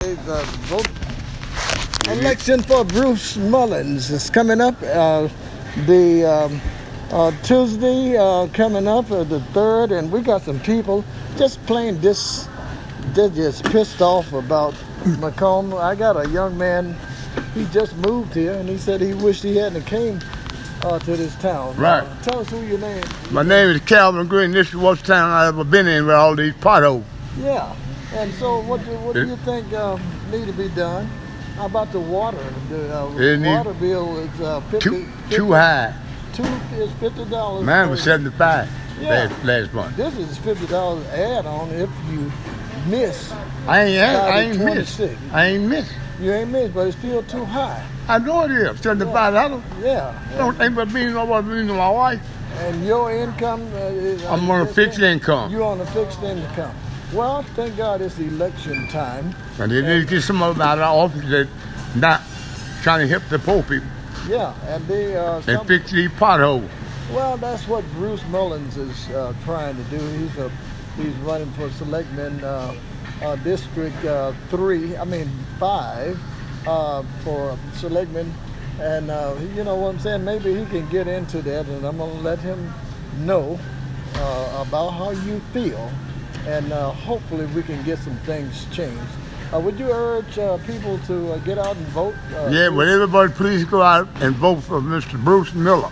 the vote election for Bruce Mullins is coming up. Uh, the um, uh, Tuesday uh, coming up, uh, the third, and we got some people just plain dis. They're just pissed off about Macomb. I got a young man. He just moved here, and he said he wished he hadn't came uh, to this town. Right. Uh, tell us who your name. My name is Calvin Green. This is the worst town I've ever been in with all these potholes. Yeah. And so, what do, what do It- you think um, need to be done? How about the water? The uh, It need- water bill is uh, 50, Too, too high. two is fifty dollars. Mine was 75 Yeah. last, last month. This is fifty dollars add-on if you miss. I ain't, I ain't Probably missed. 26. I ain't missed. You ain't miss, but it's still too high. I know it is. $75. Yeah. Don't think about being nobody being my wife. And your income. Uh, is, I'm on a fixed income. You on a fixed income. Well, thank God it's election time. And they need to get some of them out of office that not trying to help the poor people Yeah, and they. Uh, and some- fix these potholes. Well, that's what Bruce Mullins is uh, trying to do. He's a he's running for selectman uh, uh, District uh, Three. I mean Five uh, for selectman, and uh, you know what I'm saying. Maybe he can get into that, and I'm gonna let him know uh, about how you feel, and uh, hopefully we can get some things changed. Uh, would you urge uh, people to uh, get out and vote? Uh, Yeah, well, everybody please go out and vote for Mr. Bruce Miller,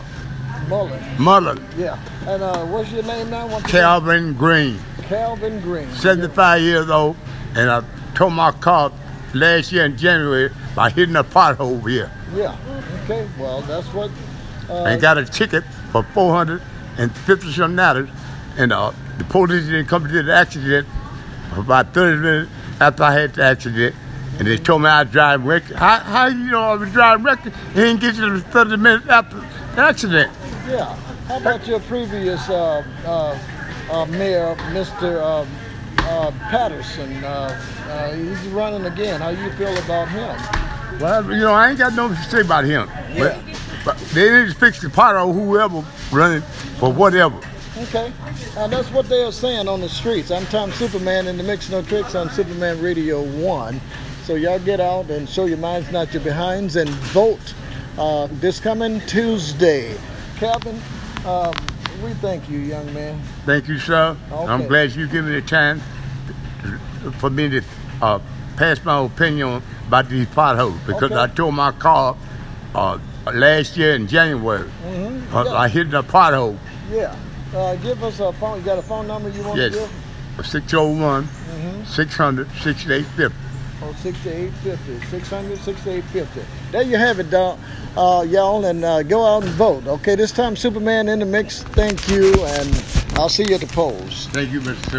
Mullins. Mullen, Yeah, and uh, what's your name now? Once again? Calvin Green. Calvin Green. 75 years old, and I tore my car last year in January by hitting a pothole here. Yeah. Okay. Well, that's what. uh, and got a ticket for 450 some dollars, and uh, the police didn't come to the accident for about 30 minutes after I had the accident, and they told me I was driving reckless. How, how you know I was driving reckless? He didn't get to the 30 minutes after the accident. Yeah. How about your previous uh, uh, uh, mayor, Mr. Uh, uh, Patterson? Uh, uh, he's running again. How you feel about him? Well, you know, I ain't got nothing to say about him. Yeah. But, but they need to fix the pothole, whoever running for whatever. Okay. Uh, that's what they are saying on the streets. I'm Tom Superman in the Mix No Tricks on Superman Radio 1. So y'all get out and show your minds, not your behinds, and vote uh, this coming Tuesday. Calvin, uh, we thank you, young man. Thank you, sir. Okay. I'm glad you give me the time for me to uh, pass my opinion about these potholes because Okay. I tore my car uh, last year in January. Uh, Yeah. I hit a pothole. Yeah. Uh, give us a phone. You got a phone number you want Yes. to give? 601 Mm-hmm. 600 6850. Oh, 6850. 600 6850. There you have it, dog. Uh, y'all, and uh, go out and vote. Okay, this time Superman in the mix. Thank you, and I'll see you at the polls. Thank you, Mr.